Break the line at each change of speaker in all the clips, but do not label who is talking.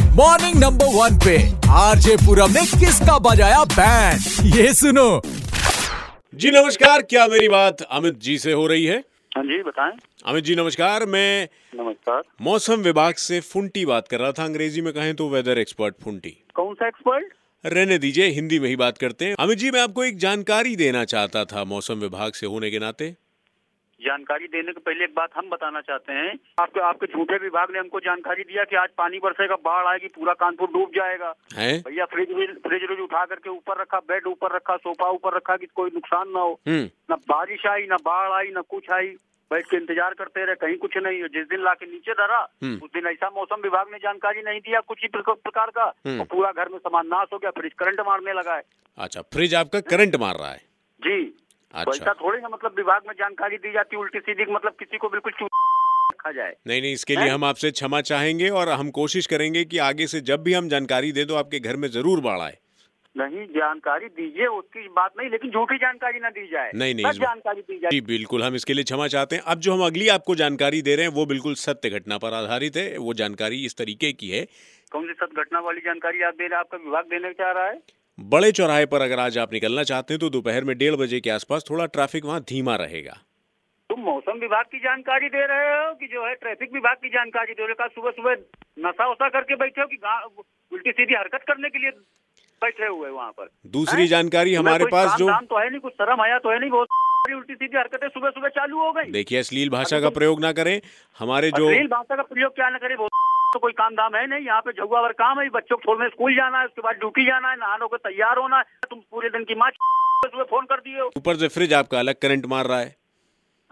Ranking number one पे RJ Puram ने किसका बजाया बैंड ये सुनो
जी नमस्कार क्या मेरी बात अमित जी से हो रही है
हाँ जी बताएं
अमित जी नमस्कार मैं
नमस्कार
मौसम विभाग से फुंटी बात कर रहा था अंग्रेजी में कहें तो वेदर एक्सपर्ट फुंटी
कौन सा एक्सपर्ट
रहने दीजिए हिंदी में ही बात करते हैं अमित जी मैं आपको एक जानकारी देना चाहता था मौसम विभाग से होने के नाते
जानकारी देने के पहले एक बात हम बताना चाहते हैं आपके आपके झूठे विभाग ने हमको जानकारी दिया कि आज पानी बरसेगा बाढ़ आएगी पूरा कानपुर डूब जाएगा
हैं
भैया फ्रिज भी फ्रिज व्रिज उठा करके ऊपर रखा बेड ऊपर रखा सोफा ऊपर रखा कि कोई नुकसान ना हो
हम्म
ना बारिश आई ना बाढ़ आई ना कुछ आई बैठ के इंतजार करते रहे कहीं कुछ नहीं और जिस दिन ला के नीचे धरा
हम्म।
उस दिन ऐसा मौसम विभाग ने जानकारी नहीं दिया कुछ ही प्रक- प्रकार का
हम्म।
और पूरा घर में सामान नाश हो गया फ्रिज करंट मारने लगा है
अच्छा फ्रिज आपका करंट मार रहा है
जी
अच्छा।
तो ऐसा थोड़ी ना मतलब विभाग में जानकारी दी जाती उल्टी सीधी मतलब किसी को बिल्कुल चू- रखा जाए
नहीं नहीं इसके लिए हम आपसे क्षमा चाहेंगे और हम कोशिश करेंगे कि आगे से जब भी हम जानकारी दे तो आपके घर में जरूर बाढ़ आए
नहीं जानकारी दीजिए उसकी बात नहीं लेकिन झूठी जानकारी ना दी जाए
नहीं, नहीं,
बस
इस बात-
जानकारी दी जाए
जी बिल्कुल हम इसके लिए क्षमा चाहते हैं अब जो हम अगली आपको जानकारी दे रहे हैं वो बिल्कुल सत्य घटना पर आधारित है वो जानकारी इस तरीके की है
कौन सी सद घटना वाली जानकारी आप दे रहे हैं आपका विभाग देने चाह रहा है
बड़े चौराहे पर अगर आज आप निकलना चाहते हैं तो दोपहर में डेढ़ बजे के आसपास थोड़ा ट्रैफिक वहाँ धीमा रहेगा
तुम मौसम विभाग की जानकारी दे रहे हो कि जो है ट्रैफिक विभाग की जानकारी दे रहे हो कहा सुबह सुबह नशा वशा करके बैठे हो कि गा- उल्टी सीधी हरकत करने के लिए बैठे हुए वहाँ पर
दूसरी
हैं?
जानकारी
तुम्हें
हमारे
कोई
पास
काम
जो
धाम तो है नहीं कुछ शर्म आया तो है नहीं बहुत सारी उल्टी सीधी हरकतें सुबह सुबह चालू हो गई
देखिए अश्लील भाषा का प्रयोग ना करें हमारे जो
अश्लील भाषा का प्रयोग क्या ना करे बहुत तो कोई काम धाम है नहीं यहाँ पे झुआ भर काम है बच्चों को छोड़ने स्कूल जाना है उसके बाद ड्यूटी जाना है नहाने को तैयार होना है तो तुम पूरे दिन की माँ सुबह फोन कर दिए हो
ऊपर से फ्रिज आपका अलग करंट मार रहा है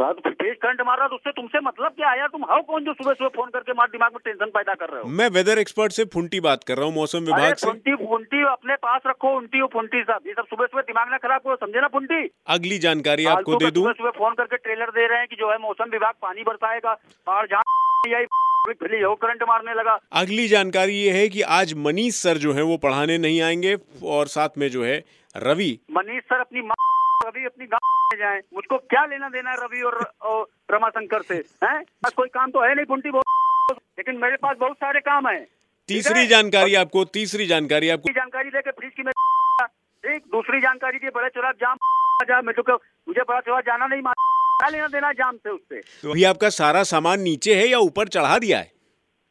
तो फिर तेज करंट मार रहा है तो उससे तुमसे मतलब क्या है यार तुम हो कौन जो सुबह सुबह फोन करके मार दिमाग में टेंशन पैदा कर रहे हो
मैं वेदर एक्सपर्ट से फुंटी बात कर रहा हूँ मौसम
अरे तो-
विभाग तो से
फुंटी फुंटी अपने पास रखो उंटी हो फुंटी साहब ये सब सुबह सुबह दिमाग ना खराब करो समझे ना फुंटी
अगली जानकारी आपको
फालतू
दे
का
दूं
सुबह सुबह फोन करके ट्रेलर दे रहे हैं कि जो है मौसम विभाग पानी बरसाएगा और जहाँ आई फिली हो करंट मारने लगा
अगली जानकारी ये है कि आज मनीष सर जो है वो पढ़ाने नहीं आएंगे और साथ में जो है रवि
मनीष सर अपनी माँ रवि अपनी गाँव में जाए मुझको क्या लेना देना है रवि और, और रमाशंकर से हैं बस कोई काम तो है नहीं पुंटी बहुत लेकिन मेरे पास बहुत सारे काम है
तीसरी जानकारी आपको तीसरी जानकारी आपको
जानकारी दे के फ्रिज की मैं एक दूसरी जानकारी दी बड़ा चौरा जाम जा मेरे को मुझे बड़ा चौरा जाना नहीं मान क्या लेना देना है जाम से उससे
तो अभी आपका सारा सामान नीचे है या ऊपर चढ़ा दिया है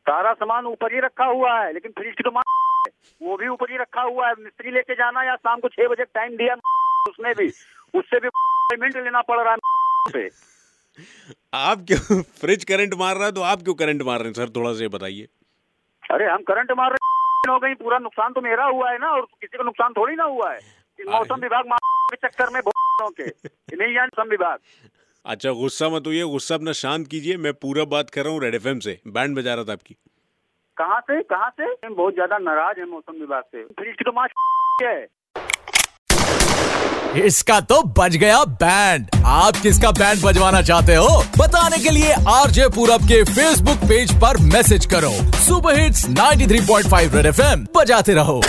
सारा सामान ऊपर ही रखा हुआ है लेकिन फ्रिज की तो माँ है। वो भी ऊपर ही रखा हुआ है मिस्त्री लेके जाना या शाम को छह बजे टाइम दिया उसने भी उससे भी पेमेंट लेना पड़ रहा है से
आप क्यों फ्रिज करंट मार रहा है तो आप क्यों करंट मार रहे हैं सर थोड़ा सा ये बताइए
अरे हम करंट मार रहे हो गई पूरा नुकसान तो मेरा हुआ है ना और किसी को नुकसान थोड़ी ना हुआ है इस मौसम विभाग मार के चक्कर में बहुतों के ये नहीं जान मौसम विभाग
अच्छा गुस्सा मत होइए गुस्सा अपना शांत कीजिए मैं पूरा बात कर रहा हूँ रेड एफ से बैंड बजा रहा था आपकी
कहाँ से कहाँ से हम बहुत ज्यादा नाराज है मौसम विभाग से फ्रिज की तो माँ है
इसका तो बज गया बैंड आप किसका बैंड बजवाना चाहते हो बताने के लिए आरजे पूरब के फेसबुक पेज पर मैसेज करो सुपर हिट्स 93.5 रेड एफएम बजाते रहो